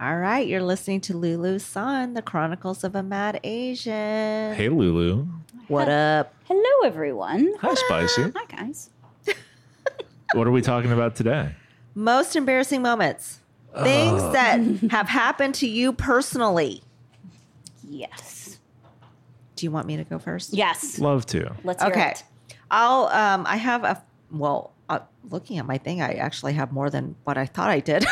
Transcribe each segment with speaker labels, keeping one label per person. Speaker 1: All right, you're listening to Lulu San, The Chronicles of a Mad Asian.
Speaker 2: Hey, Lulu.
Speaker 1: What up?
Speaker 3: Hello, everyone.
Speaker 2: Hi, Spicy.
Speaker 3: Hi, guys.
Speaker 2: What are we talking about today?
Speaker 1: Most embarrassing moments. Things that have happened to you personally.
Speaker 3: Yes.
Speaker 1: Do you want me to go first?
Speaker 3: Yes.
Speaker 2: Love to.
Speaker 3: Let's hear
Speaker 1: Okay.
Speaker 3: it.
Speaker 1: I'll. Um, I have a. Well, uh, looking at my thing, I actually have more than what I thought I did.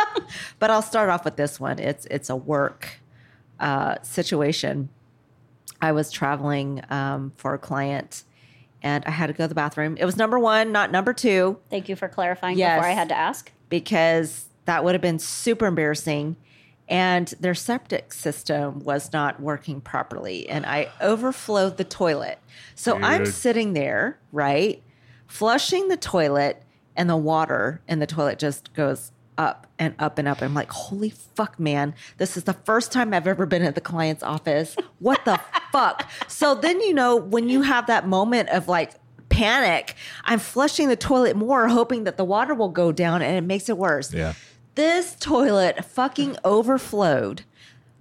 Speaker 1: but I'll start off with this one. It's it's a work uh, situation. I was traveling um, for a client, and I had to go to the bathroom. It was number one, not number two,
Speaker 3: Thank you for clarifying
Speaker 1: Yes.
Speaker 3: before I had to ask.
Speaker 1: because that would have been super embarrassing. And their septic system was not working properly, and I overflowed the toilet. So I'm
Speaker 2: Dude.
Speaker 1: sitting there, right, flushing the toilet, and the water in the toilet just goes up and up and up. I'm like, holy fuck, man, this is the first time I've ever been at the client's office. What the fuck? So then, you know, when you have that moment of like, Panic. I'm flushing the toilet more, hoping that the water will go down and it makes it worse.
Speaker 2: Yeah.
Speaker 1: This toilet fucking overflowed.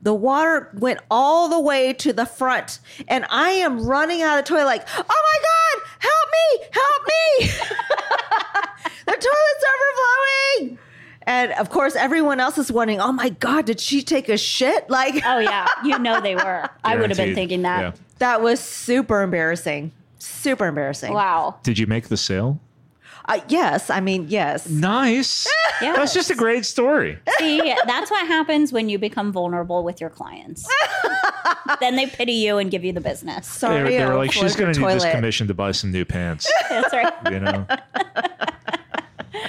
Speaker 1: The water went all the way to the front, and I am running out of the toilet like, oh my God, help me, help me. the toilet's overflowing. And of course, everyone else is wondering, oh my God, did she take a shit? Like,
Speaker 3: Oh, yeah. You know they were. I would have been
Speaker 2: Guaranteed.
Speaker 3: thinking that.
Speaker 2: Yeah.
Speaker 1: that was super embarrassing. Super embarrassing.
Speaker 3: Wow.
Speaker 2: Did you make the sale?
Speaker 1: Uh, yes, I mean, yes.
Speaker 2: Nice.
Speaker 3: Yeah.
Speaker 2: That's just a great story.
Speaker 3: See, that's what happens when you become vulnerable with your clients. then they pity you and give you the business.
Speaker 2: They were,
Speaker 1: Sorry,
Speaker 2: they
Speaker 1: I
Speaker 2: were like, she's
Speaker 1: overflowed your
Speaker 2: going to need this
Speaker 1: toilet."
Speaker 2: commission to buy some new pants.
Speaker 3: That's right.
Speaker 2: you know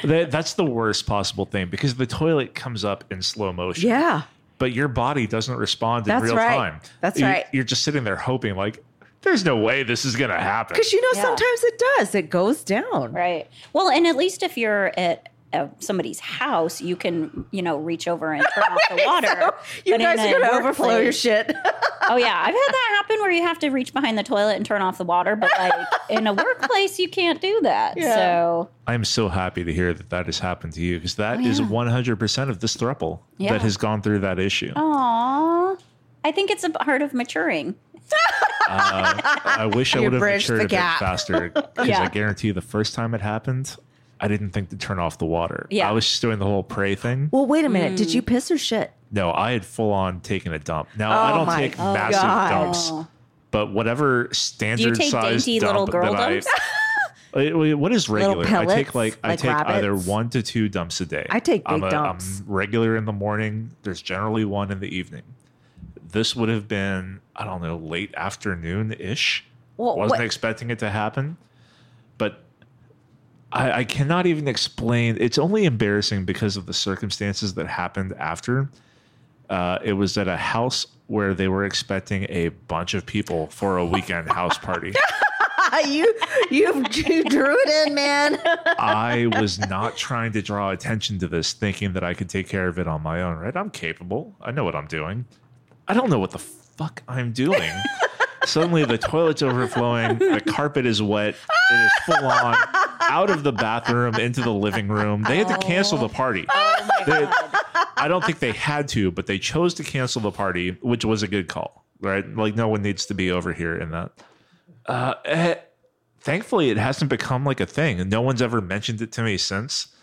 Speaker 2: that, that's the worst possible thing because the toilet comes up in slow motion
Speaker 1: Yeah.
Speaker 2: but your body doesn't respond in
Speaker 1: That's
Speaker 2: real
Speaker 1: right.
Speaker 2: time
Speaker 1: That's
Speaker 2: You-
Speaker 1: right.
Speaker 2: you're just sitting there hoping like there's no way this is gonna happen
Speaker 1: Because you know,
Speaker 3: Yeah.
Speaker 1: sometimes it does. It goes down.
Speaker 3: Right. Well, and at least if you're at uh, somebody's house, you can, you know, reach over and turn off the water.
Speaker 1: So you
Speaker 3: But in
Speaker 1: guys are
Speaker 3: a
Speaker 1: gonna overflow your
Speaker 3: workplace-
Speaker 1: shit.
Speaker 3: Oh yeah, I've had that happen where you have to reach behind the toilet and turn off the water, but like in a workplace, you can't do that.
Speaker 1: Yeah.
Speaker 3: So
Speaker 2: i'm so happy to hear that that has happened to you because that
Speaker 3: Oh,
Speaker 2: is
Speaker 3: yeah.
Speaker 2: 100% of this thruple
Speaker 3: Yeah.
Speaker 2: that has gone through that issue
Speaker 3: Aw. I think it's a part of maturing.
Speaker 2: Uh, i wish i
Speaker 1: You
Speaker 2: would have
Speaker 1: bridged the
Speaker 2: matured a bit
Speaker 1: gap.
Speaker 2: faster because
Speaker 3: Yeah.
Speaker 2: i guarantee you the first time it happened i didn't think to turn off the water
Speaker 3: Yeah.
Speaker 2: i was just doing the whole pray thing
Speaker 1: well, wait a minute. Did you piss or shit?
Speaker 2: No, I had full on taken a dump. Now
Speaker 1: Oh
Speaker 2: I don't
Speaker 1: my
Speaker 2: take massive
Speaker 1: God.
Speaker 2: dumps, but whatever standard
Speaker 3: Do you take
Speaker 2: size
Speaker 3: dainty
Speaker 2: dump
Speaker 3: little girl
Speaker 2: that I-
Speaker 3: dumps?
Speaker 2: Uh, wait, what is
Speaker 1: Little
Speaker 2: regular? I
Speaker 1: pellets,
Speaker 2: take like, I
Speaker 1: like
Speaker 2: take either
Speaker 1: rabbits?
Speaker 2: one to two dumps a day.
Speaker 1: I take
Speaker 2: I'm
Speaker 1: big
Speaker 2: a-
Speaker 1: dumps.
Speaker 2: I'm regular in the morning. There's generally one in the evening. This would have been I don't know late afternoon ish.
Speaker 1: Well,
Speaker 2: Wasn't
Speaker 1: what-
Speaker 2: expecting it to happen, but I, I cannot even explain. It's only embarrassing because of the circumstances that happened after. Uh, it was at a house where they were expecting a bunch of people for a weekend house party.
Speaker 1: you you you drew it in, man.
Speaker 2: I was not trying to draw attention to this, thinking that I could take care of it on my own, right? I'm capable. I know what I'm doing. I don't know what the fuck I'm doing. Suddenly, the toilet's overflowing. The carpet is wet. It is full on out of the bathroom into the living room. They had to cancel the party.
Speaker 3: Oh my
Speaker 2: They-
Speaker 3: god.
Speaker 2: I don't think they had to, but they chose to cancel the party, which was a good call, right? Like no one needs to be over here in that. Uh, eh, thankfully, it hasn't become like a thing, and no one's ever mentioned it to me since.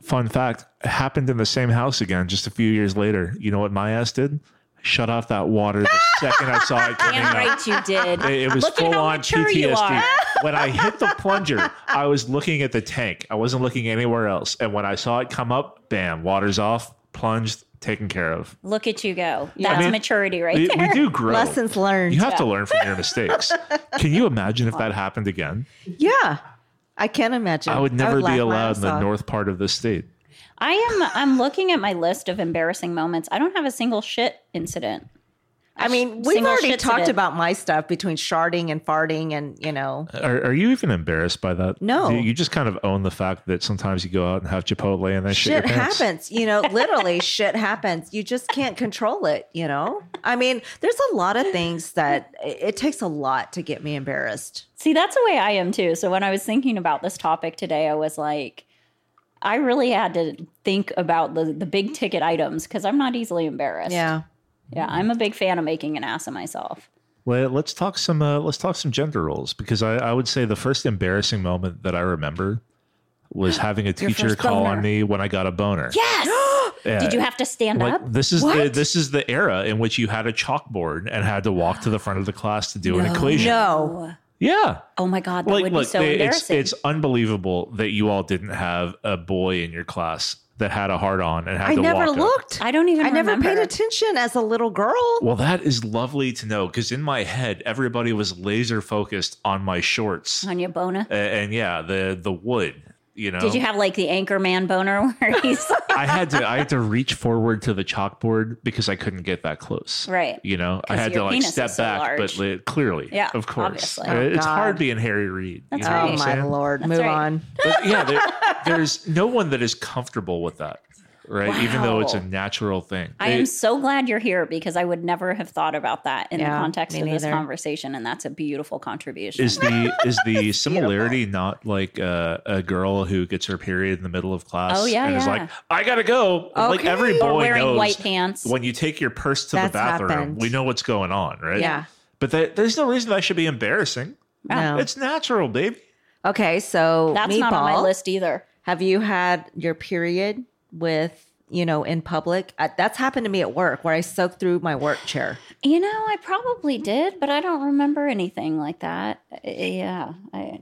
Speaker 2: Fun fact: it happened in the same house again just a few years later. You know what my ass did? Shut off that water the second I saw it coming
Speaker 3: Damn
Speaker 2: up.
Speaker 3: right you did.
Speaker 2: It, it was
Speaker 3: Look at
Speaker 2: full
Speaker 3: how
Speaker 2: on
Speaker 3: mature you
Speaker 2: PTSD.
Speaker 3: are.
Speaker 2: When I hit the plunger, I was looking at the tank. I wasn't looking anywhere else. And when I saw it come up, bam, water's off, plunged, taken care of.
Speaker 3: Look at you go. That's
Speaker 2: I mean,
Speaker 3: maturity right
Speaker 2: We, we
Speaker 3: there.
Speaker 2: do grow.
Speaker 1: Lessons learned.
Speaker 2: You have to learn from your mistakes. Can you imagine if that happened again?
Speaker 1: yeah, I can imagine.
Speaker 2: I would never
Speaker 1: laugh
Speaker 2: be
Speaker 1: my
Speaker 2: allowed
Speaker 1: ass
Speaker 2: in the
Speaker 1: off.
Speaker 2: north part of this state.
Speaker 3: I am I'm looking at my list of embarrassing moments. I don't have a single shit incident.
Speaker 1: I mean, we've
Speaker 3: Single
Speaker 1: already
Speaker 3: shits
Speaker 1: talked
Speaker 3: it.
Speaker 1: about my stuff between sharding and farting, and you know,
Speaker 2: Are, are you even embarrassed by that?
Speaker 1: No.
Speaker 2: Do You, you just kind of own the fact that sometimes you go out and have Chipotle and then shit, your
Speaker 1: shit
Speaker 2: pants.
Speaker 1: happens. You know, literally, shit happens. You just can't control it. You know, I mean, there's a lot of things that it, it takes a lot to get me embarrassed.
Speaker 3: See, that's the way I am too. So when I was thinking about this topic today, I was like, I really had to think about the, the big ticket items because I'm not easily embarrassed.
Speaker 1: Yeah.
Speaker 3: Yeah. I'm a big fan of making an ass of myself.
Speaker 2: Well, let's talk some uh, let's talk some gender roles because I, I would say the first embarrassing moment that I remember was having a teacher
Speaker 3: first
Speaker 2: call
Speaker 3: boner.
Speaker 2: on me when I got a boner.
Speaker 3: Yes.
Speaker 2: Yeah.
Speaker 3: Did you have to stand
Speaker 2: like
Speaker 3: up?
Speaker 2: this is the
Speaker 1: What?
Speaker 2: this is the era in which you had a chalkboard and had to walk to the front of the class to do an equation.
Speaker 1: No.
Speaker 2: Yeah.
Speaker 3: Oh my God. That
Speaker 2: Like
Speaker 3: would
Speaker 2: look,
Speaker 3: be so
Speaker 2: they- it's
Speaker 3: embarrassing.
Speaker 2: it's unbelievable that you all didn't have a boy in your class that had a hard on and had
Speaker 1: I
Speaker 2: to
Speaker 1: never
Speaker 2: walk up.
Speaker 1: looked.
Speaker 3: I don't even
Speaker 1: I never
Speaker 3: remember.
Speaker 1: paid attention as a little girl. Oh,
Speaker 2: Well, that is lovely to know because in my head, everybody was laser focused on my shorts
Speaker 3: on your boner.
Speaker 2: A- and, yeah, the the wood. You know,
Speaker 3: Did you have like the anchor man boner where he's
Speaker 2: I had to I had to reach forward to the chalkboard because I couldn't get that close.
Speaker 3: Right.
Speaker 2: You know, I
Speaker 3: 'Cause
Speaker 2: had to
Speaker 3: your
Speaker 2: like
Speaker 3: penis
Speaker 2: step
Speaker 3: is so
Speaker 2: back, but
Speaker 3: large.
Speaker 2: li- clearly,
Speaker 3: Yeah,
Speaker 2: of course,
Speaker 3: obviously.
Speaker 2: Uh,
Speaker 3: Oh,
Speaker 2: it's
Speaker 1: God.
Speaker 2: hard being Harry Reid. you
Speaker 3: That's
Speaker 2: know what
Speaker 1: Oh
Speaker 2: I'm
Speaker 3: right.
Speaker 1: my
Speaker 2: saying?
Speaker 1: lord.
Speaker 3: That's
Speaker 1: Move
Speaker 3: right.
Speaker 1: on.
Speaker 2: But yeah, there, there's no one that is comfortable with that, right? Even though it's a
Speaker 3: Wow.
Speaker 2: natural thing.
Speaker 3: I
Speaker 2: It-
Speaker 3: am so glad you're here because I would never have thought about that in the
Speaker 1: Yeah,
Speaker 3: context
Speaker 1: me
Speaker 3: of this
Speaker 1: neither.
Speaker 3: conversation, and that's a beautiful contribution.
Speaker 2: is the is the similarity not like uh, a girl who gets her period in the middle of class
Speaker 3: Oh, yeah,
Speaker 2: and is
Speaker 3: yeah.
Speaker 2: like i gotta go like
Speaker 1: Okay.
Speaker 2: every boy
Speaker 3: or wearing
Speaker 2: knows
Speaker 3: white pants.
Speaker 2: when you take your purse to
Speaker 1: That's
Speaker 2: the bathroom
Speaker 1: happened.
Speaker 2: we know what's going on right
Speaker 1: Yeah.
Speaker 2: but that, there's no reason that should be embarrassing
Speaker 1: No.
Speaker 2: it's natural baby
Speaker 1: Okay, so
Speaker 3: That's
Speaker 1: meatball.
Speaker 3: not on my list either.
Speaker 1: Have you had your period with you know in public? Uh, that's happened to me at work where I soaked through my work chair.
Speaker 3: You know, I probably did, but I don't remember anything like that. Uh, Yeah, I,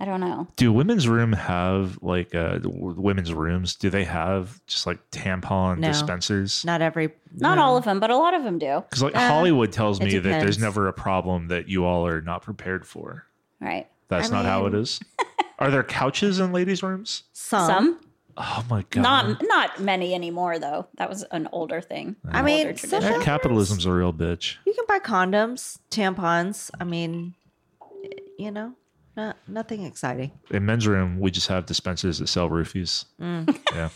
Speaker 3: I don't know.
Speaker 2: do women's room have like uh w- women's rooms do they have just like tampon
Speaker 1: No.
Speaker 2: dispensers
Speaker 1: Not every,
Speaker 3: Not all of them, but a lot of them do.
Speaker 2: because like
Speaker 1: Uh,
Speaker 2: hollywood tells
Speaker 1: it
Speaker 2: me that there's
Speaker 1: depends.
Speaker 2: never a problem that you all are not prepared for
Speaker 3: Right?
Speaker 2: that's
Speaker 1: I
Speaker 2: not how it
Speaker 1: mean-
Speaker 2: is are there couches in ladies rooms
Speaker 1: some.
Speaker 3: Some,
Speaker 2: Oh my god!
Speaker 3: not not many anymore, though. That was an older thing.
Speaker 1: I
Speaker 3: an
Speaker 1: mean,
Speaker 3: older
Speaker 1: some-
Speaker 3: tradition.
Speaker 2: That Eh, capitalism's a real bitch.
Speaker 1: You can buy condoms, tampons. I mean, you know, not nothing exciting.
Speaker 2: In men's room, we just have dispensers that sell roofies. Yeah,
Speaker 1: Mm.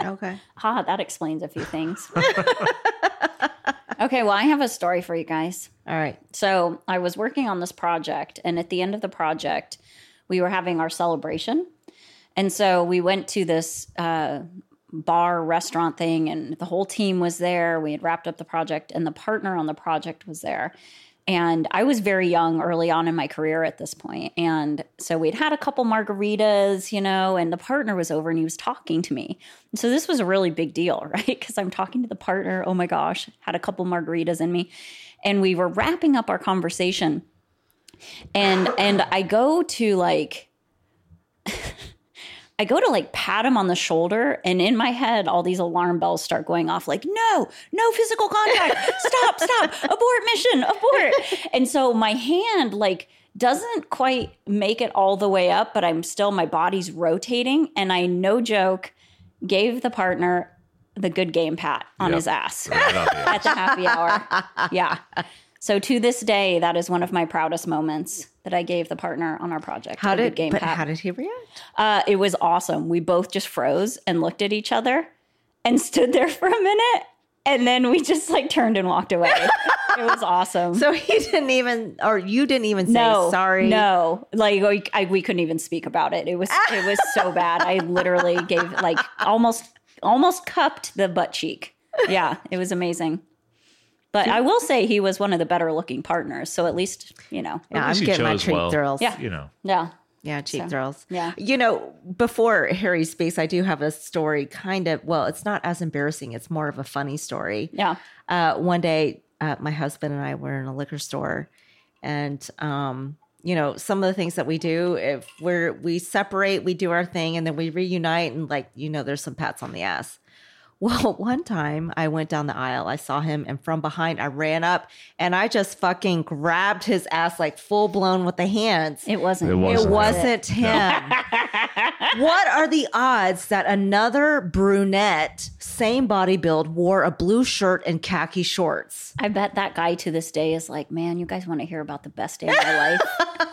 Speaker 1: Okay.
Speaker 3: ah, that explains a few things. okay, well, I have a story for you guys.
Speaker 1: All right.
Speaker 3: So I was working on this project, and at the end of the project, we were having our celebration. And so we went to this uh, bar restaurant thing, and the whole team was there. We had wrapped up the project, and the partner on the project was there. And I was very young early on in my career at this point. And so we'd had a couple margaritas, you know, and the partner was over and he was talking to me. And so this was a really big deal, right? Because I'm talking to the partner. Oh my gosh, had a couple margaritas in me. And we were wrapping up our conversation. And and I go to like I go to like pat him on the shoulder, and in my head, all these alarm bells start going off like, no, no physical contact, stop, stop, abort mission, abort. And so my hand, like, doesn't quite make it all the way up, but I'm still, my body's rotating. And I, no joke, gave the partner the good game pat on
Speaker 2: Yep.
Speaker 3: his ass
Speaker 2: Right on, yeah.
Speaker 3: at the happy hour. Yeah. So to this day, that is one of my proudest moments that I gave the partner on our project.
Speaker 1: How
Speaker 3: a good
Speaker 1: did
Speaker 3: game
Speaker 1: but
Speaker 3: pat.
Speaker 1: how did he react?
Speaker 3: Uh, it was awesome. We both just froze and looked at each other and stood there for a minute. And then we just like turned and walked away. it was awesome.
Speaker 1: So he didn't even, or you didn't even say
Speaker 3: no,
Speaker 1: sorry.
Speaker 3: No, like we, I, we couldn't even speak about it. It was it was so bad. I literally gave like almost almost cupped the butt cheek. Yeah, it was amazing. But I will say he was one of the better looking partners. So at least you know,
Speaker 1: No, I'm
Speaker 2: least he
Speaker 1: getting my
Speaker 2: chose
Speaker 1: cheap
Speaker 2: well.
Speaker 1: thrills.
Speaker 3: Yeah.
Speaker 2: You know,
Speaker 3: yeah.
Speaker 1: Yeah, cheap
Speaker 3: So,
Speaker 1: thrills.
Speaker 3: yeah.
Speaker 1: You know, before Harry's space, I do have a story kind of, well, it's not as embarrassing. It's more of a funny story.
Speaker 3: Yeah.
Speaker 1: Uh, one day, uh, my husband and I were in a liquor store and, um, you know, some of the things that we do, if we're, we separate, we do our thing and then we reunite and like, you know, there's some pats on the ass. Well, one time I went down the aisle, I saw him, and from behind, I ran up and I just fucking grabbed his ass like full blown with the hands.
Speaker 3: It wasn't.
Speaker 2: It
Speaker 1: It
Speaker 2: wasn't.
Speaker 1: wasn't him. what are the odds that another brunette, same body build, wore a blue shirt and khaki shorts?
Speaker 3: I bet that guy to this day is like, man, you guys want to hear about the best day of my life?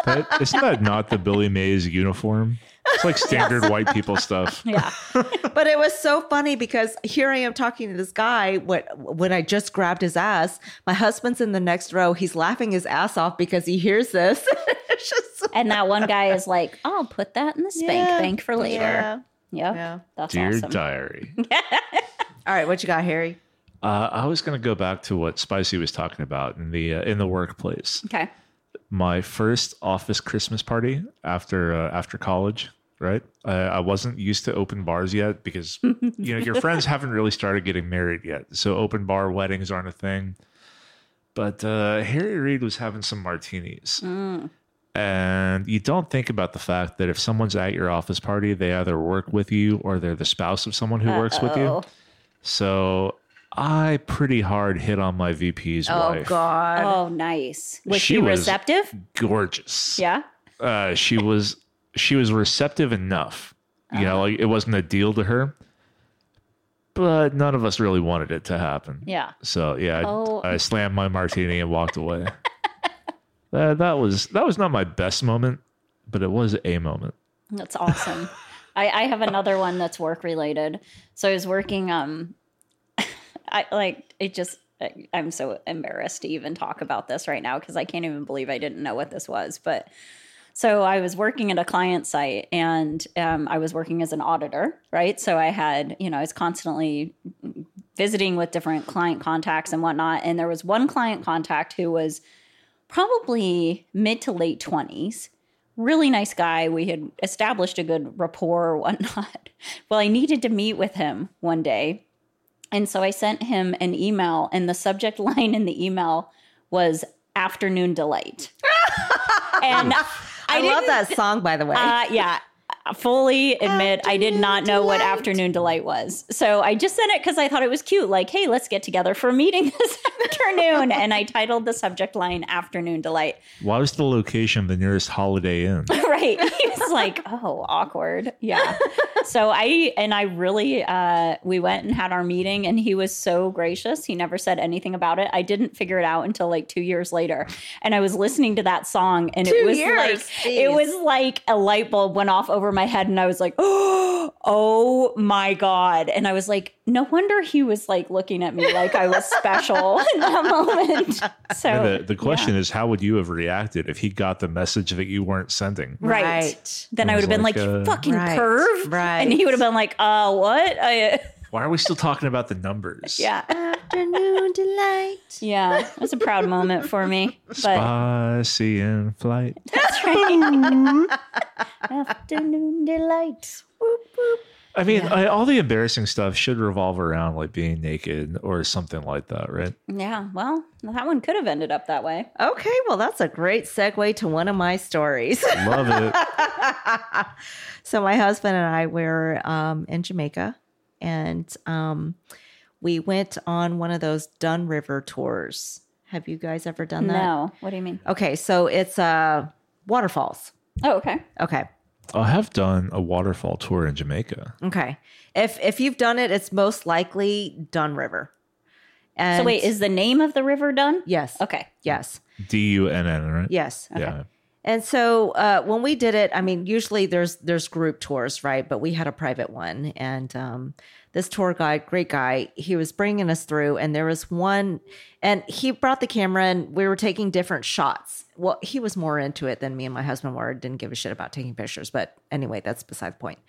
Speaker 2: that, isn't that not the Billy Mays uniform? It's like standard white people stuff.
Speaker 3: yeah.
Speaker 1: But it was so funny because here I am talking to this guy when, when I just grabbed his ass. My husband's in the next row. He's laughing his ass off because he hears this. it's just
Speaker 3: And that one guy is like, I'll put that in the spank
Speaker 1: Yeah.
Speaker 3: bank for later.
Speaker 1: Yeah.
Speaker 3: Yep.
Speaker 1: Yeah.
Speaker 3: That's
Speaker 2: Dear
Speaker 3: awesome.
Speaker 2: diary.
Speaker 1: All right, what you got, Harry?
Speaker 2: Uh, I was going to go back to what Spicy was talking about in the uh, in the workplace.
Speaker 3: Okay.
Speaker 2: My first office Christmas party after uh, after college. Right, I, I wasn't used to open bars yet because you know your friends haven't really started getting married yet, so open bar weddings aren't a thing. But uh, Harry Reid was having some martinis,
Speaker 3: Mm.
Speaker 2: and you don't think about the fact that if someone's at your office party, they either work with you or they're the spouse of someone who works with you.
Speaker 3: Uh-oh.
Speaker 2: So I pretty hard hit on my VP's
Speaker 1: Oh
Speaker 2: wife.
Speaker 1: God.
Speaker 3: Oh, nice. Was
Speaker 2: She
Speaker 3: she,
Speaker 2: was-
Speaker 3: receptive?
Speaker 2: Gorgeous.
Speaker 3: Yeah.
Speaker 2: Uh, she was she was receptive enough. You know,
Speaker 3: Uh-huh.
Speaker 2: like it wasn't a deal to her. But none of us really wanted it to happen.
Speaker 3: Yeah.
Speaker 2: So yeah, I,
Speaker 3: Oh.
Speaker 2: I slammed my martini and walked away. that, that was that was not my best moment, but it was a moment.
Speaker 3: That's awesome. I, I have another one that's work related. So I was working. Um, I like it. Just I, I'm so embarrassed to even talk about this right now because I can't even believe I didn't know what this was. But so I was working at a client site and um, I was working as an auditor, right? So I had you know I was constantly visiting with different client contacts and whatnot. And there was one client contact who was probably mid to late 20s really nice guy. We had established a good rapport or whatnot. Well, I needed to meet with him one day. And so I sent him an email, and the subject line in the email was afternoon delight. and I,
Speaker 1: I, love
Speaker 3: didn't-
Speaker 1: that song, by the way.
Speaker 3: uh, yeah. I Fully admit, I did
Speaker 1: Afternoon
Speaker 3: not know what
Speaker 1: delight.
Speaker 3: afternoon delight was. So I just sent it because I thought it was cute. Like, hey, let's get together for a meeting this afternoon. and I titled the subject line Afternoon Delight.
Speaker 2: Why was the location the nearest Holiday Inn?
Speaker 3: right he was like oh awkward yeah so i and i really uh we went and had our meeting and he was so gracious he never said anything about it i didn't figure it out until like two years later and i was listening to that song and
Speaker 1: Two
Speaker 3: it was
Speaker 1: years,
Speaker 3: like it
Speaker 1: jeez.
Speaker 3: was like a light bulb went off over my head and i was like oh oh my god and i was like no wonder he was like looking at me like i was special in that moment so
Speaker 2: And the, the question is, how would you have reacted if he got the message that you weren't sending?
Speaker 3: right. then I would
Speaker 2: was
Speaker 3: have been like,
Speaker 2: like,
Speaker 3: "You
Speaker 2: uh,
Speaker 3: fucking
Speaker 1: Right,
Speaker 3: perv,"
Speaker 1: right.
Speaker 3: and he would have been like, "Uh, what?" I,
Speaker 2: Why are we still talking about the numbers?
Speaker 3: yeah,
Speaker 1: Afternoon delight.
Speaker 3: yeah, it was a proud moment for me. But
Speaker 2: Spicy in flight.
Speaker 3: that's right. afternoon delight.
Speaker 2: I mean, I, all the embarrassing stuff should revolve around like being naked or something like that, right?
Speaker 3: Yeah, well, that one could have ended up that way.
Speaker 1: Okay, well, that's a great segue to one of my stories.
Speaker 2: Love it.
Speaker 1: so my husband and I were um, in Jamaica, and um, we went on one of those Dun River tours. Have you guys ever done that?
Speaker 3: No, what do you mean?
Speaker 1: Okay, so it's uh, waterfalls.
Speaker 3: Oh, okay.
Speaker 1: Okay,
Speaker 2: I have done a waterfall tour in Jamaica.
Speaker 1: okay. If if you've done it, it's most likely Dun River. And
Speaker 3: So wait, is the name of the river done?
Speaker 1: yes,
Speaker 3: Okay.
Speaker 1: yes,
Speaker 2: D U N N, right?
Speaker 1: yes.
Speaker 2: Yeah.
Speaker 1: And so uh, when we did it, I mean, usually there's there's group tours, right? But we had a private one, and um, this tour guide, great guy, he was bringing us through, and there was one, and he brought the camera, and we were taking different shots. Well, he was more into it than me and my husband were. Didn't give a shit about taking pictures, but anyway, that's beside the point.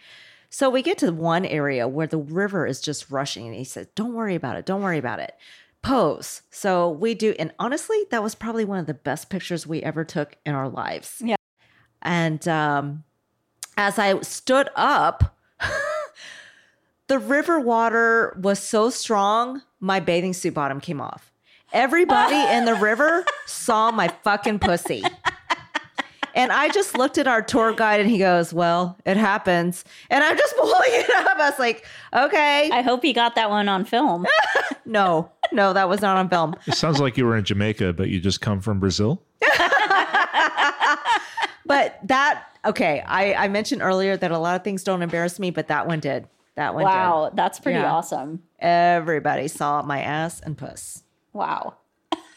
Speaker 1: So we get to one area where the river is just rushing, and he says, "Don't worry about it. Don't worry about it." Pose. So we do, and honestly, that was probably one of the best pictures we ever took in our lives.
Speaker 3: Yeah.
Speaker 1: And um, as I stood up, the river water was so strong, my bathing suit bottom came off. Everybody in the river saw my fucking pussy. And I just looked at our tour guide and he goes, Well, it happens. And I'm just pulling it up. I was like, Okay.
Speaker 3: I hope he got that one on film.
Speaker 1: Oh, no, no, that was not on film.
Speaker 2: It sounds like you were in Jamaica, but you just come from Brazil.
Speaker 1: But that, okay, I, I mentioned earlier that a lot of things don't embarrass me, but that one did. That one did.
Speaker 3: wow, that's pretty
Speaker 1: Yeah.
Speaker 3: awesome.
Speaker 1: Everybody saw my ass and puss.
Speaker 3: Wow.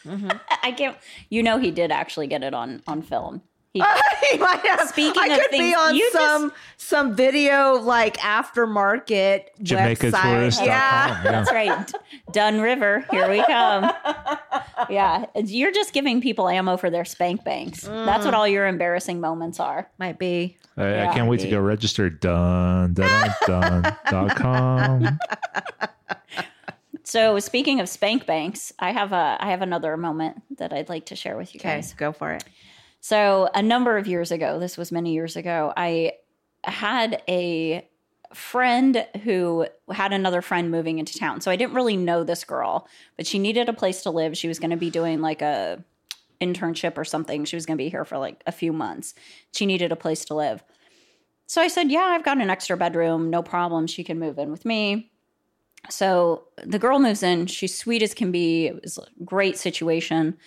Speaker 1: Mm-hmm.
Speaker 3: I can't. You know, he did actually get it on on film. He
Speaker 1: I might have-
Speaker 3: Speaking
Speaker 1: I
Speaker 3: of
Speaker 1: could be
Speaker 3: things-
Speaker 1: on
Speaker 3: you just-
Speaker 1: some some video like aftermarket
Speaker 2: Jamaica
Speaker 1: website.
Speaker 2: tourist.com.
Speaker 1: Yeah.
Speaker 2: Yeah.
Speaker 3: That's right. Dun River, here we come. yeah, you're just giving people ammo for their spank banks. That's
Speaker 1: Mm.
Speaker 3: what all your embarrassing moments are.
Speaker 1: Might be.
Speaker 2: I,
Speaker 3: Yeah.
Speaker 2: I can't wait to go register. Dun dun dun dun dot com.
Speaker 3: So speaking of spank banks, I have a I have another moment that I'd like to share with you
Speaker 1: Okay,
Speaker 3: guys.
Speaker 1: go for it.
Speaker 3: So, a number of years ago, this was many years ago, I had a friend who had another friend moving into town. So, I didn't really know this girl, but she needed a place to live. She was going to be doing like a internship or something. She was going to be here for like a few months. She needed a place to live. So, I said, "Yeah, I've got an extra bedroom, no problem. She can move in with me." So, the girl moves in. She's sweet as can be. It was a great situation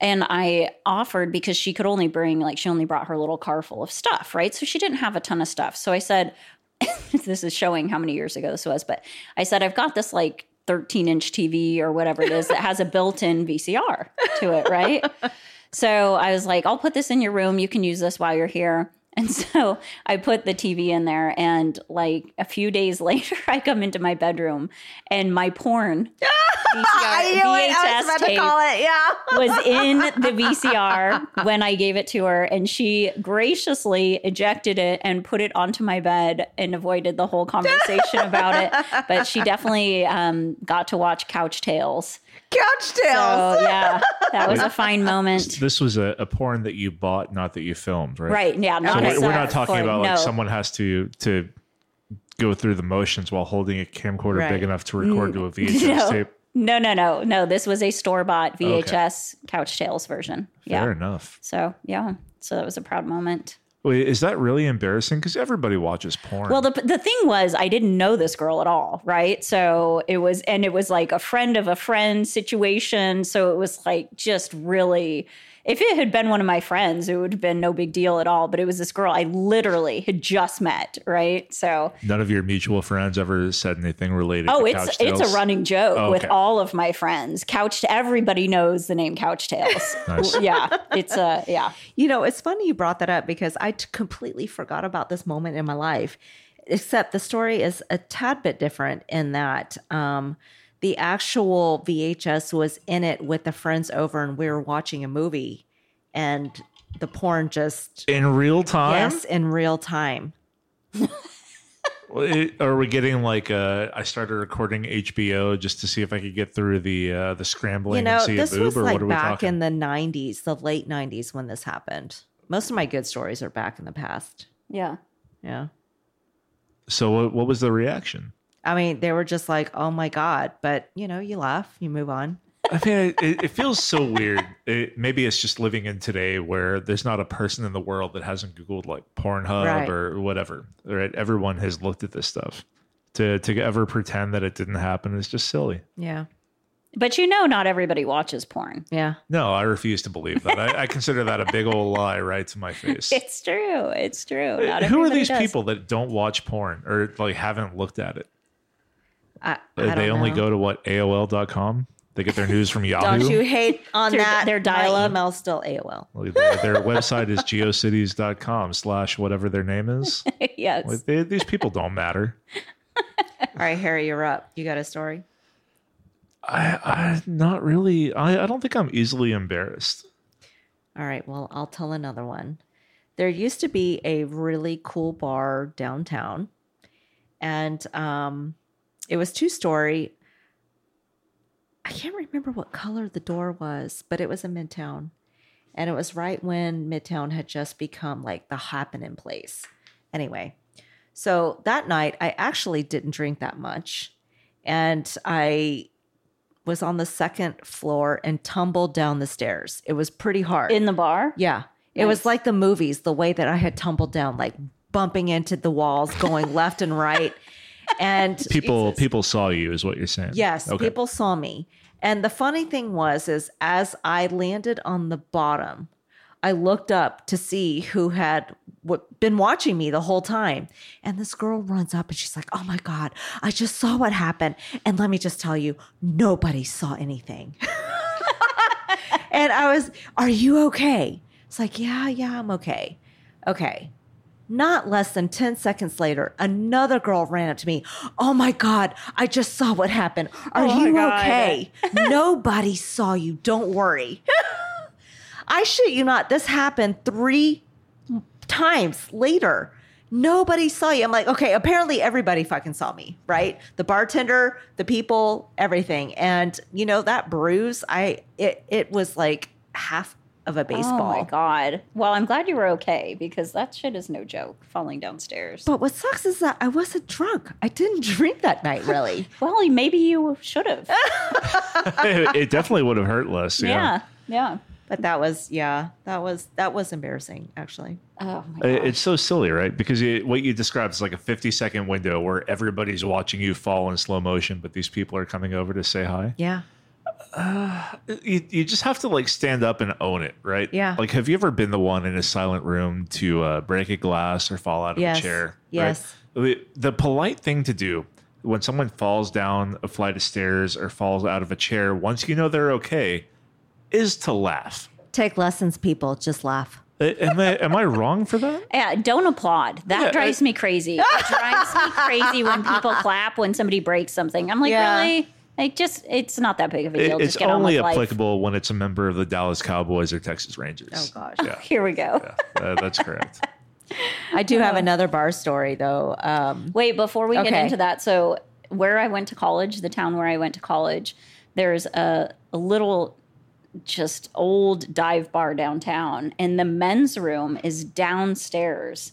Speaker 3: and I offered because she could only bring like she only brought her little car full of stuff, right? So she didn't have a ton of stuff. So I said, this is showing how many years ago this was, but I said I've got this like 13 inch TV or whatever it is that has a built-in VCR to it, right? so I was like, I'll put this in your room. You can use this while you're here. And so I put the TV in there, and like a few days later, I come into my bedroom and my porn VCR,
Speaker 1: I was
Speaker 3: VHS
Speaker 1: about to
Speaker 3: tape
Speaker 1: call it. Yeah.
Speaker 3: was in the VCR when I gave it to her, and she graciously ejected it and put it onto my bed and avoided the whole conversation about it. But she definitely um, got to watch Couch Tales.
Speaker 1: Couch
Speaker 3: So
Speaker 1: tails.
Speaker 3: yeah, that was a fine moment.
Speaker 2: This was a, a porn that you bought, not that you filmed, right?
Speaker 3: Right? Yeah,
Speaker 2: So
Speaker 3: not
Speaker 2: we're, we're
Speaker 3: a
Speaker 2: not
Speaker 3: separate
Speaker 2: talking
Speaker 3: foot,
Speaker 2: about
Speaker 3: no.
Speaker 2: like someone has to to go through the motions while holding a camcorder
Speaker 1: Right.
Speaker 2: big enough to record to a VHS
Speaker 3: No.
Speaker 2: tape.
Speaker 3: no, no, no, no. This was a store bought VHS Couch Tales version.
Speaker 2: Oh, Fair
Speaker 3: Yeah.
Speaker 2: enough.
Speaker 3: So yeah, so that was a proud moment.
Speaker 2: Wait, is that really embarrassing? Because everybody watches porn.
Speaker 3: Well, the the thing was, I didn't know this girl at all, right? So it was, and it was like a friend of a friend situation. So it was like just really. If it had been one of my friends, it would have been no big deal at all. But it was this girl I literally had just met, right? So
Speaker 2: None of your mutual friends ever said anything related.
Speaker 3: oh,
Speaker 2: to
Speaker 3: it's
Speaker 2: Couch
Speaker 3: it's
Speaker 2: Tales?
Speaker 3: a running joke
Speaker 2: Oh,
Speaker 3: with
Speaker 2: okay.
Speaker 3: all of my friends. Couched, everybody knows the name Couch Tales.
Speaker 2: Nice.
Speaker 3: yeah, it's a yeah.
Speaker 1: You know, it's funny you brought that up because I t- completely forgot about this moment in my life. Except the story is a tad bit different in that um, the actual VHS was in it with the friends over, and we were watching a movie, and the porn just
Speaker 2: in real time.
Speaker 1: yes in real time.
Speaker 2: Well, it- Are we getting like uh, I started recording HBO just to see if I could get through the uh, the scrambling
Speaker 1: You know,
Speaker 2: and see
Speaker 1: this
Speaker 2: a boob,
Speaker 1: was
Speaker 2: or what
Speaker 1: like
Speaker 2: are we
Speaker 1: back
Speaker 2: talking?
Speaker 1: in the '90s, the late '90s when this happened. Most of my good stories are back in the past.
Speaker 3: Yeah.
Speaker 1: Yeah.
Speaker 2: so what, what was the reaction?
Speaker 1: I mean, they were just like, oh my God. But, you know, you laugh, you move on.
Speaker 2: I mean, it, it feels so weird. It, maybe it's just living in today where there's not a person in the world that hasn't Googled like Pornhub
Speaker 1: Right.
Speaker 2: or whatever. Right? Everyone has looked at this stuff. To to ever pretend that it didn't happen is just silly.
Speaker 1: Yeah.
Speaker 3: But you know, not everybody watches porn.
Speaker 1: Yeah.
Speaker 2: No, I refuse to believe that. I, I consider that a big old lie right to my face.
Speaker 3: It's true. It's true. Not
Speaker 2: Who are
Speaker 3: everybody
Speaker 2: these
Speaker 3: does.
Speaker 2: people that don't watch porn or like haven't looked at it?
Speaker 1: I,
Speaker 2: Uh, They
Speaker 1: I don't
Speaker 2: only
Speaker 1: know.
Speaker 2: go to what AOL.com. They get their news from Yahoo.
Speaker 1: Don't you hate on
Speaker 3: Through
Speaker 1: that?
Speaker 3: their
Speaker 1: my
Speaker 3: dial-up?
Speaker 1: email's still AOL.
Speaker 2: Like, their, their website is geocities.com slash whatever their name is.
Speaker 3: yes.
Speaker 2: Like, they, these people don't matter.
Speaker 1: All right, Harry, you're up. You got a story?
Speaker 2: I, I not really. I, I don't think I'm easily embarrassed.
Speaker 1: All right. Well, I'll tell another one. There used to be a really cool bar downtown, and um, it was two story. I can't remember what color the door was, but it was in Midtown. And it was right when Midtown had just become like the happening place. Anyway, so that night, I actually didn't drink that much. And I was on the second floor and tumbled down the stairs. It was pretty hard.
Speaker 3: in the bar.
Speaker 1: Yeah. It was
Speaker 3: Nice.
Speaker 1: like the movies, the way that I had tumbled down, like bumping into the walls, going left and right. And
Speaker 2: People people saw you is what you're saying.
Speaker 1: yes,
Speaker 2: Okay.
Speaker 1: people saw me. And the funny thing was is as I landed on the bottom, I looked up to see who had w- been watching me the whole time. And this girl runs up and she's like, "Oh my god, I just saw what happened." And let me just tell you, nobody saw anything. And I was, are you okay? It's like, yeah, yeah, I'm okay. Okay. Not less than 10 seconds later, another girl ran up to me. Oh my God, I just saw what happened. Are
Speaker 3: Oh my
Speaker 1: you
Speaker 3: God.
Speaker 1: okay? Nobody saw you. Don't worry. I shit you not. This happened three times later. Nobody saw you. I'm like, okay, apparently everybody fucking saw me, right? The bartender, the people, everything. And you know that bruise, I it it was like half of a baseball.
Speaker 3: Oh my god. Well, I'm glad you were okay because that shit is no joke. Falling downstairs.
Speaker 1: But what sucks is that I wasn't drunk. I didn't drink that night really.
Speaker 3: well, maybe you should have.
Speaker 2: it, it definitely would have hurt less. Yeah.
Speaker 3: yeah. Yeah.
Speaker 1: but that was yeah, that was that was embarrassing actually.
Speaker 3: Oh my
Speaker 2: I-
Speaker 3: god.
Speaker 2: It's so silly, right? Because you, what you described is like a 50 second window where everybody's watching you fall in slow motion, but these people are coming over to say hi.
Speaker 1: Yeah.
Speaker 2: You, you just have to like stand up and own it, right?
Speaker 1: Yeah.
Speaker 2: Like, have you ever been the one in a silent room to uh, break a glass or fall out of
Speaker 1: Yes.
Speaker 2: a chair? right?
Speaker 1: Yes.
Speaker 2: The, the polite thing to do when someone falls down a flight of stairs or falls out of a chair, once you know they're okay, is to laugh.
Speaker 1: Take lessons people, just laugh.
Speaker 2: Uh, Am I, am I wrong for that?
Speaker 3: Yeah, don't applaud. That
Speaker 2: Yeah,
Speaker 3: drives me crazy. It drives me crazy when people clap when somebody breaks something. I'm like,
Speaker 1: Yeah.
Speaker 3: really? Like, just it's not that big of a
Speaker 2: It-
Speaker 3: deal.
Speaker 2: it's
Speaker 3: just get on
Speaker 2: only
Speaker 3: with life.
Speaker 2: applicable when it's a member of the Dallas Cowboys or Texas Rangers.
Speaker 1: Oh gosh.
Speaker 2: Yeah,
Speaker 3: Here we go.
Speaker 2: yeah uh, that's correct.
Speaker 1: I do have another bar story though. Um
Speaker 3: Wait, before we
Speaker 1: Okay.
Speaker 3: get into that, so where I went to college, the town where I went to college, there's a, a little just old dive bar downtown, and the men's room is downstairs.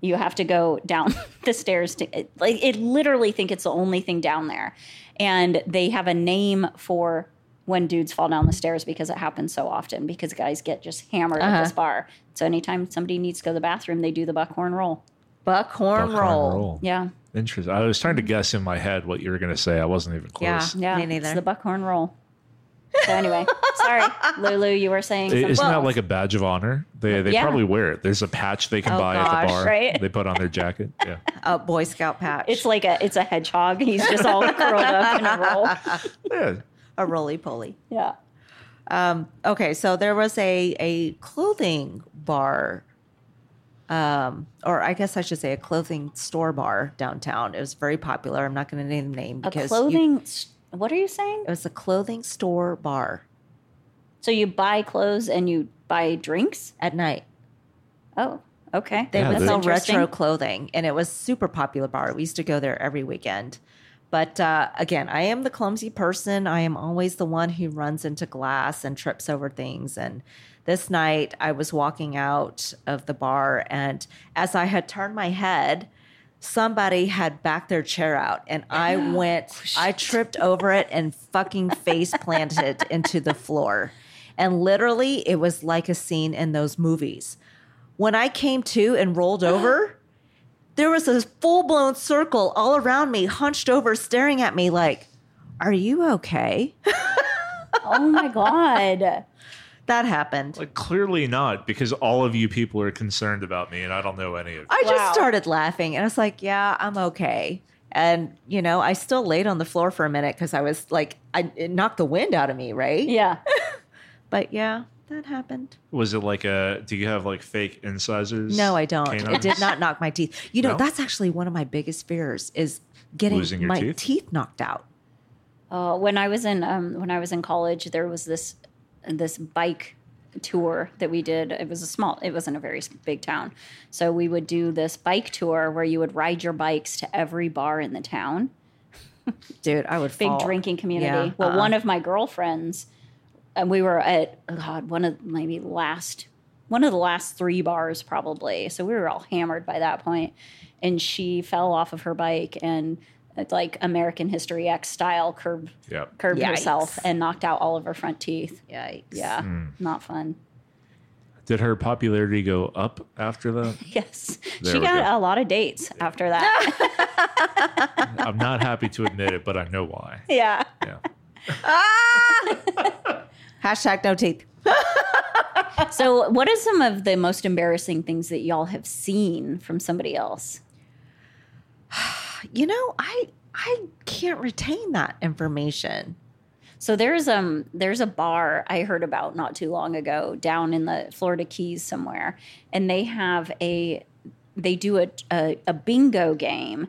Speaker 3: You have to go down the stairs to it- like it literally think it's the only thing down there. And they have a name for when dudes fall down the stairs because it happens so often because guys get just hammered at this bar. So anytime somebody needs to go to the bathroom, they do the buckhorn roll.
Speaker 1: Buckhorn, roll.
Speaker 3: Yeah.
Speaker 2: Interesting. I was trying to guess in my head what you were going to say. I wasn't even
Speaker 1: Yeah.
Speaker 2: close.
Speaker 3: Yeah,
Speaker 1: Me neither.
Speaker 3: It's the buckhorn roll. So anyway, sorry, Lulu, you were saying
Speaker 2: I-
Speaker 3: something.
Speaker 2: Isn't that
Speaker 3: else.
Speaker 2: like a badge of honor? They they
Speaker 3: Yeah.
Speaker 2: probably wear it. There's a patch they can
Speaker 1: Oh,
Speaker 2: buy at
Speaker 1: gosh,
Speaker 2: the bar.
Speaker 3: right?
Speaker 2: They put on their jacket. Yeah.
Speaker 1: A Boy Scout patch.
Speaker 3: it's like a it's a hedgehog. He's just all curled up in a roll.
Speaker 2: yeah.
Speaker 1: a roly poly.
Speaker 3: Yeah.
Speaker 1: Um, okay, so there was a a clothing bar, um, or I guess I should say a clothing store bar downtown. It was very popular. I'm not going to name the name
Speaker 3: A
Speaker 1: because you-
Speaker 3: clothing. s what are you saying?
Speaker 1: it was a clothing store bar
Speaker 3: So you buy clothes and you buy drinks?
Speaker 1: at night.
Speaker 3: Oh, okay.
Speaker 1: They
Speaker 2: Yeah,
Speaker 1: would
Speaker 2: they-
Speaker 1: sell
Speaker 3: interesting.
Speaker 1: retro clothing, and it was super popular bar. We used to go there every weekend. But uh, again, I am the clumsy person. I am always the one who runs into glass and trips over things. And this night, I was walking out of the bar, and as I had turned my head, somebody had backed their chair out, and I went, I tripped over it and fucking face planted into the floor. And literally, it was like a scene in those movies when I came to and rolled over, there was a full blown circle all around me, hunched over, staring at me like, Are you okay?
Speaker 3: Oh my god.
Speaker 1: That happened.
Speaker 2: Like clearly not because all of you people are concerned about me and I don't know any of you.
Speaker 1: I just
Speaker 3: Wow.
Speaker 1: started laughing and I was like, Yeah, I'm okay. And, you know, I still laid on the floor for a minute because I was like, I, it knocked the wind out of me, right?
Speaker 3: Yeah.
Speaker 1: But yeah, that happened.
Speaker 2: Was it like a? Do you have like fake incisors?
Speaker 1: No, I don't. It
Speaker 2: canines?
Speaker 1: did not knock my teeth. You know,
Speaker 2: No?
Speaker 1: that's actually one of my biggest fears is getting
Speaker 2: Losing your
Speaker 1: my
Speaker 2: teeth?
Speaker 1: teeth knocked out.
Speaker 3: Uh, when I was in um, when I was in college, there was this this bike tour that we did. It was a small. It wasn't a very s- big town, so we would do this bike tour where you would ride your bikes to every bar in the town.
Speaker 1: Dude, I would
Speaker 3: Big
Speaker 1: fall.
Speaker 3: drinking community.
Speaker 1: Oh, Yeah,
Speaker 3: Well,
Speaker 1: uh-uh.
Speaker 3: one of my girlfriends, and we were at oh God one of maybe last one of the last three bars probably. So we were all hammered by that point, and she fell off of her bike and. It's like American History X style curb
Speaker 2: Yeah.
Speaker 3: curbed
Speaker 1: Yikes.
Speaker 3: herself and knocked out all of her front teeth.
Speaker 1: Yikes.
Speaker 3: Yeah,
Speaker 2: Hmm.
Speaker 3: not fun.
Speaker 2: Did her popularity go up after that?
Speaker 3: Yes,
Speaker 2: There
Speaker 3: she
Speaker 2: we
Speaker 3: got
Speaker 2: go.
Speaker 3: a lot of dates after that.
Speaker 2: I'm not happy to admit it, but I know why.
Speaker 3: yeah,
Speaker 2: Yeah.
Speaker 1: Hashtag no teeth.
Speaker 3: So, what are some of the most embarrassing things that y'all have seen from somebody else?
Speaker 1: you know i i can't retain that information
Speaker 3: So there's um there's a bar I heard about not too long ago down in the Florida Keys somewhere, and they have a they do a, a, a bingo game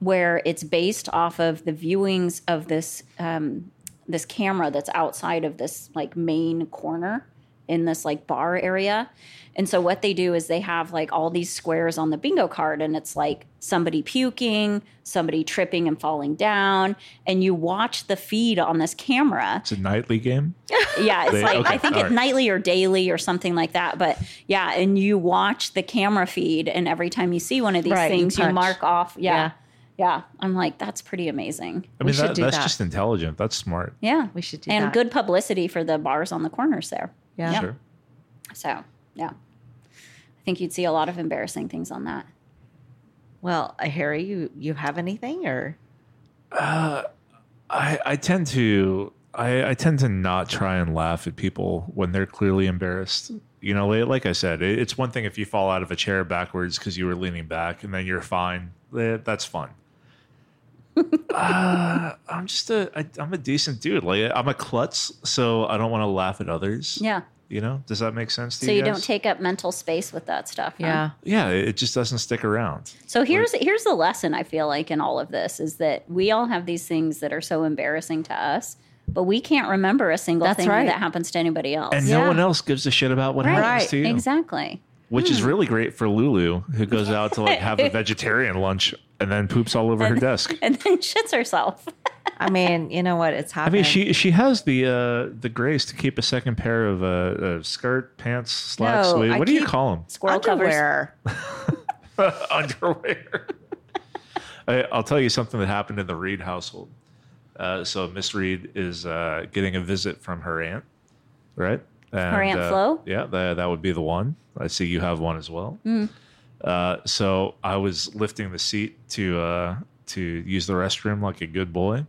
Speaker 3: where it's based off of the viewings of this um, this camera that's outside of this like main corner in this like bar area. And so what they do is they have like all these squares on the bingo card and it's like somebody puking, somebody tripping and falling down and you watch the feed on this camera.
Speaker 2: It's a nightly game.
Speaker 3: Yeah, it's
Speaker 2: They-
Speaker 3: like
Speaker 2: okay,
Speaker 3: I think
Speaker 2: all
Speaker 3: it
Speaker 2: right.
Speaker 3: nightly or daily or something like that, but yeah, and you watch the camera feed and every time you see one of these
Speaker 1: Right, you
Speaker 3: things you,
Speaker 1: punch.
Speaker 3: mark off,
Speaker 1: Yeah.
Speaker 3: yeah. Yeah, I'm like that's pretty amazing.
Speaker 2: I
Speaker 1: We
Speaker 2: mean,
Speaker 1: should
Speaker 2: that,
Speaker 1: do
Speaker 2: that's
Speaker 1: that.
Speaker 2: just intelligent. That's smart.
Speaker 3: Yeah.
Speaker 1: We should do
Speaker 3: And
Speaker 1: that.
Speaker 3: good publicity for the bars on the corners there.
Speaker 1: Yeah.
Speaker 3: Yep.
Speaker 2: Sure.
Speaker 3: So, yeah. I think you'd see a lot of embarrassing things on that.
Speaker 1: Well, uh, Harry, you you have anything or
Speaker 2: Uh, I, I tend to I, I tend to not try and laugh at people when they're clearly embarrassed. You know, li- like I said, it, it's one thing if you fall out of a chair backwards because you were leaning back and then you're fine. Eh, That's fun. uh, I'm just a I, I'm a decent dude. Like I'm a klutz, so I don't want to laugh at others.
Speaker 3: Yeah.
Speaker 2: You know, does that make sense to
Speaker 3: So
Speaker 2: you?
Speaker 3: you don't
Speaker 2: guys?
Speaker 3: take up mental space with that stuff. huh?
Speaker 2: Yeah, it it just doesn't stick around.
Speaker 3: So here's here's the lesson I feel like in all of this is that we all have these things that are so embarrassing to us, but we can't remember a single
Speaker 1: That's
Speaker 3: thing
Speaker 1: right.
Speaker 3: that happens to anybody else.
Speaker 2: And
Speaker 1: Yeah.
Speaker 2: no one else gives a shit about what happens
Speaker 1: Right,
Speaker 2: to you.
Speaker 3: Exactly.
Speaker 2: which is
Speaker 1: Hmm.
Speaker 2: really great for Lulu, who goes out to like have a vegetarian lunch and then poops all over her desk.
Speaker 3: And then shits herself.
Speaker 1: I mean, you know what? It's
Speaker 2: I
Speaker 1: happening.
Speaker 2: mean, she she has the uh, the grace to keep a second pair of uh, uh, skirt, pants, slacks.
Speaker 1: No,
Speaker 2: wait,
Speaker 1: I
Speaker 2: what do you
Speaker 1: keep-
Speaker 2: call them?
Speaker 3: Squirrel covers.
Speaker 1: underwear.
Speaker 2: Underwear. I, I'll tell you something that happened in the Reed household. Uh, so Miss Reed is uh, getting a visit from her aunt, right?
Speaker 3: Her
Speaker 2: And,
Speaker 3: Aunt
Speaker 2: uh,
Speaker 3: Flo?
Speaker 2: Yeah, that, that would be the one. I see you have one as well.
Speaker 3: Mm.
Speaker 2: Uh, so I was lifting the seat to uh, to use the restroom like a good boy,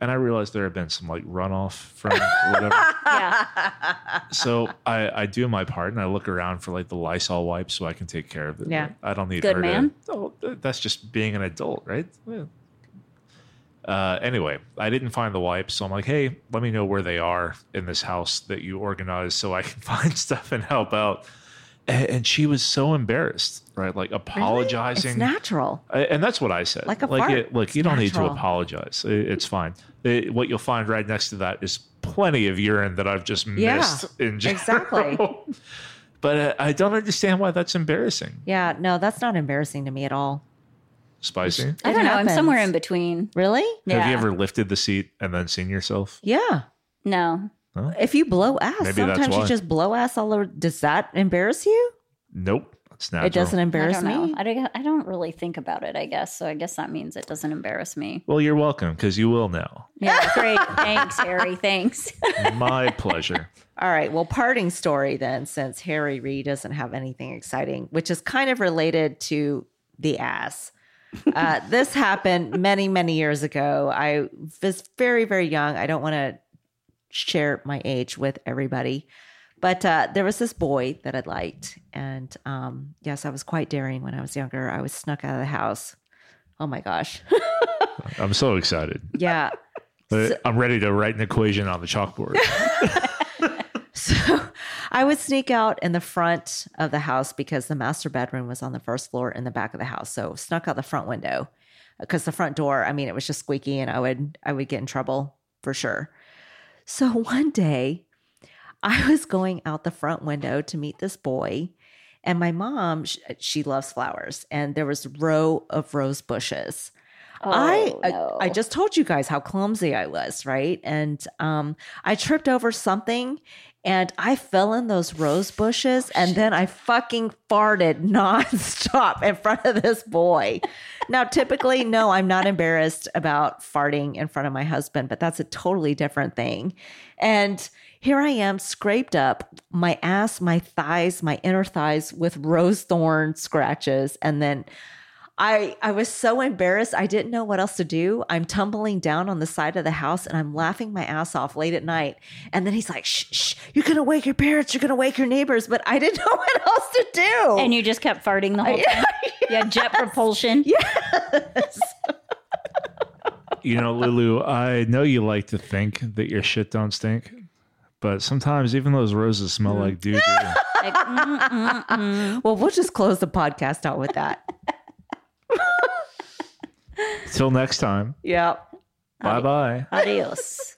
Speaker 2: and I realized there had been some like runoff from whatever.
Speaker 3: Yeah.
Speaker 2: so I, I do my part and I look around for like the Lysol wipe so I can take care of it.
Speaker 1: Yeah.
Speaker 2: I don't need
Speaker 3: Good
Speaker 2: her
Speaker 3: man.
Speaker 2: to. Oh, th- that's just being an adult, right? Yeah. Uh, anyway, I didn't find the wipes, so I'm like, hey, let me know where they are in this house that you organized so I can find stuff and help out. A- And, she was so embarrassed, right? Like apologizing.
Speaker 1: It's natural.
Speaker 2: I- and that's what I said.
Speaker 1: Like a
Speaker 2: like,
Speaker 1: fart.
Speaker 2: It, look, you don't need to
Speaker 1: natural.
Speaker 2: apologize. It- it's fine. It- what you'll find right next to that is plenty of urine that I've just
Speaker 1: Yeah,
Speaker 2: missed in general.
Speaker 1: exactly.
Speaker 2: but uh, I don't understand why that's embarrassing.
Speaker 1: Yeah, no, that's not embarrassing to me at all.
Speaker 2: Spicy.
Speaker 3: I
Speaker 1: It
Speaker 3: don't know.
Speaker 1: happens.
Speaker 3: I'm somewhere in between.
Speaker 1: Really?
Speaker 2: Have
Speaker 3: Yeah.
Speaker 2: you ever lifted the seat and then seen yourself?
Speaker 1: Yeah.
Speaker 3: No.
Speaker 1: If you blow ass,
Speaker 2: Maybe that's
Speaker 1: sometimes
Speaker 2: why.
Speaker 1: you just blow ass all over. Does that embarrass you?
Speaker 2: Nope. It's natural.
Speaker 1: It doesn't embarrass
Speaker 3: I don't know.
Speaker 1: me.
Speaker 3: I don't, I don't really think about it, I guess. So I guess that means it doesn't embarrass me.
Speaker 2: Well, you're welcome because you will now.
Speaker 3: Yeah, great. Thanks, Harry. Thanks.
Speaker 2: My pleasure.
Speaker 1: All right. Well, parting story then, since Harry Reid doesn't have anything exciting, which is kind of related to the ass. Uh, this happened many, many years ago. I was very, very young. I don't want to share my age with everybody, but uh, there was this boy that I liked. And um, yes, I was quite daring when I was younger. I was snuck out of the house. Oh my gosh.
Speaker 2: I'm so excited.
Speaker 1: yeah.
Speaker 2: But I'm ready to write an equation on the chalkboard.
Speaker 1: So I would sneak out in the front of the house because the master bedroom was on the first floor in the back of the house. So snuck out the front window because the front door, I mean, it was just squeaky and I would I would get in trouble for sure. So one day I was going out the front window to meet this boy and my mom sh- she loves flowers and there was a row of rose bushes I,
Speaker 3: Oh,
Speaker 1: I-
Speaker 3: no.
Speaker 1: I just told you guys how clumsy I was, right? And um, I tripped over something, and I fell in those rose bushes, and then I fucking farted nonstop in front of this boy. now, typically, no, I'm not embarrassed about farting in front of my husband, but that's a totally different thing. And here I am, scraped up my ass, my thighs, my inner thighs with rose thorn scratches, and then. I I was so embarrassed. I didn't know what else to do. I'm tumbling down on the side of the house and I'm laughing my ass off late at night. And then he's like, "Shh, shh you're gonna wake your parents. You're gonna wake your neighbors." But I didn't know what else to do.
Speaker 3: And you just kept farting the whole time. Yeah, jet propulsion.
Speaker 2: You know, Lulu, I know you like to think that your shit don't stink, But sometimes even those roses smell like doo doo.
Speaker 3: Like, mm, mm, mm.
Speaker 1: Well, we'll just close the podcast out with that.
Speaker 2: Till next time.
Speaker 1: yep.
Speaker 2: Bye bye.
Speaker 3: Adios.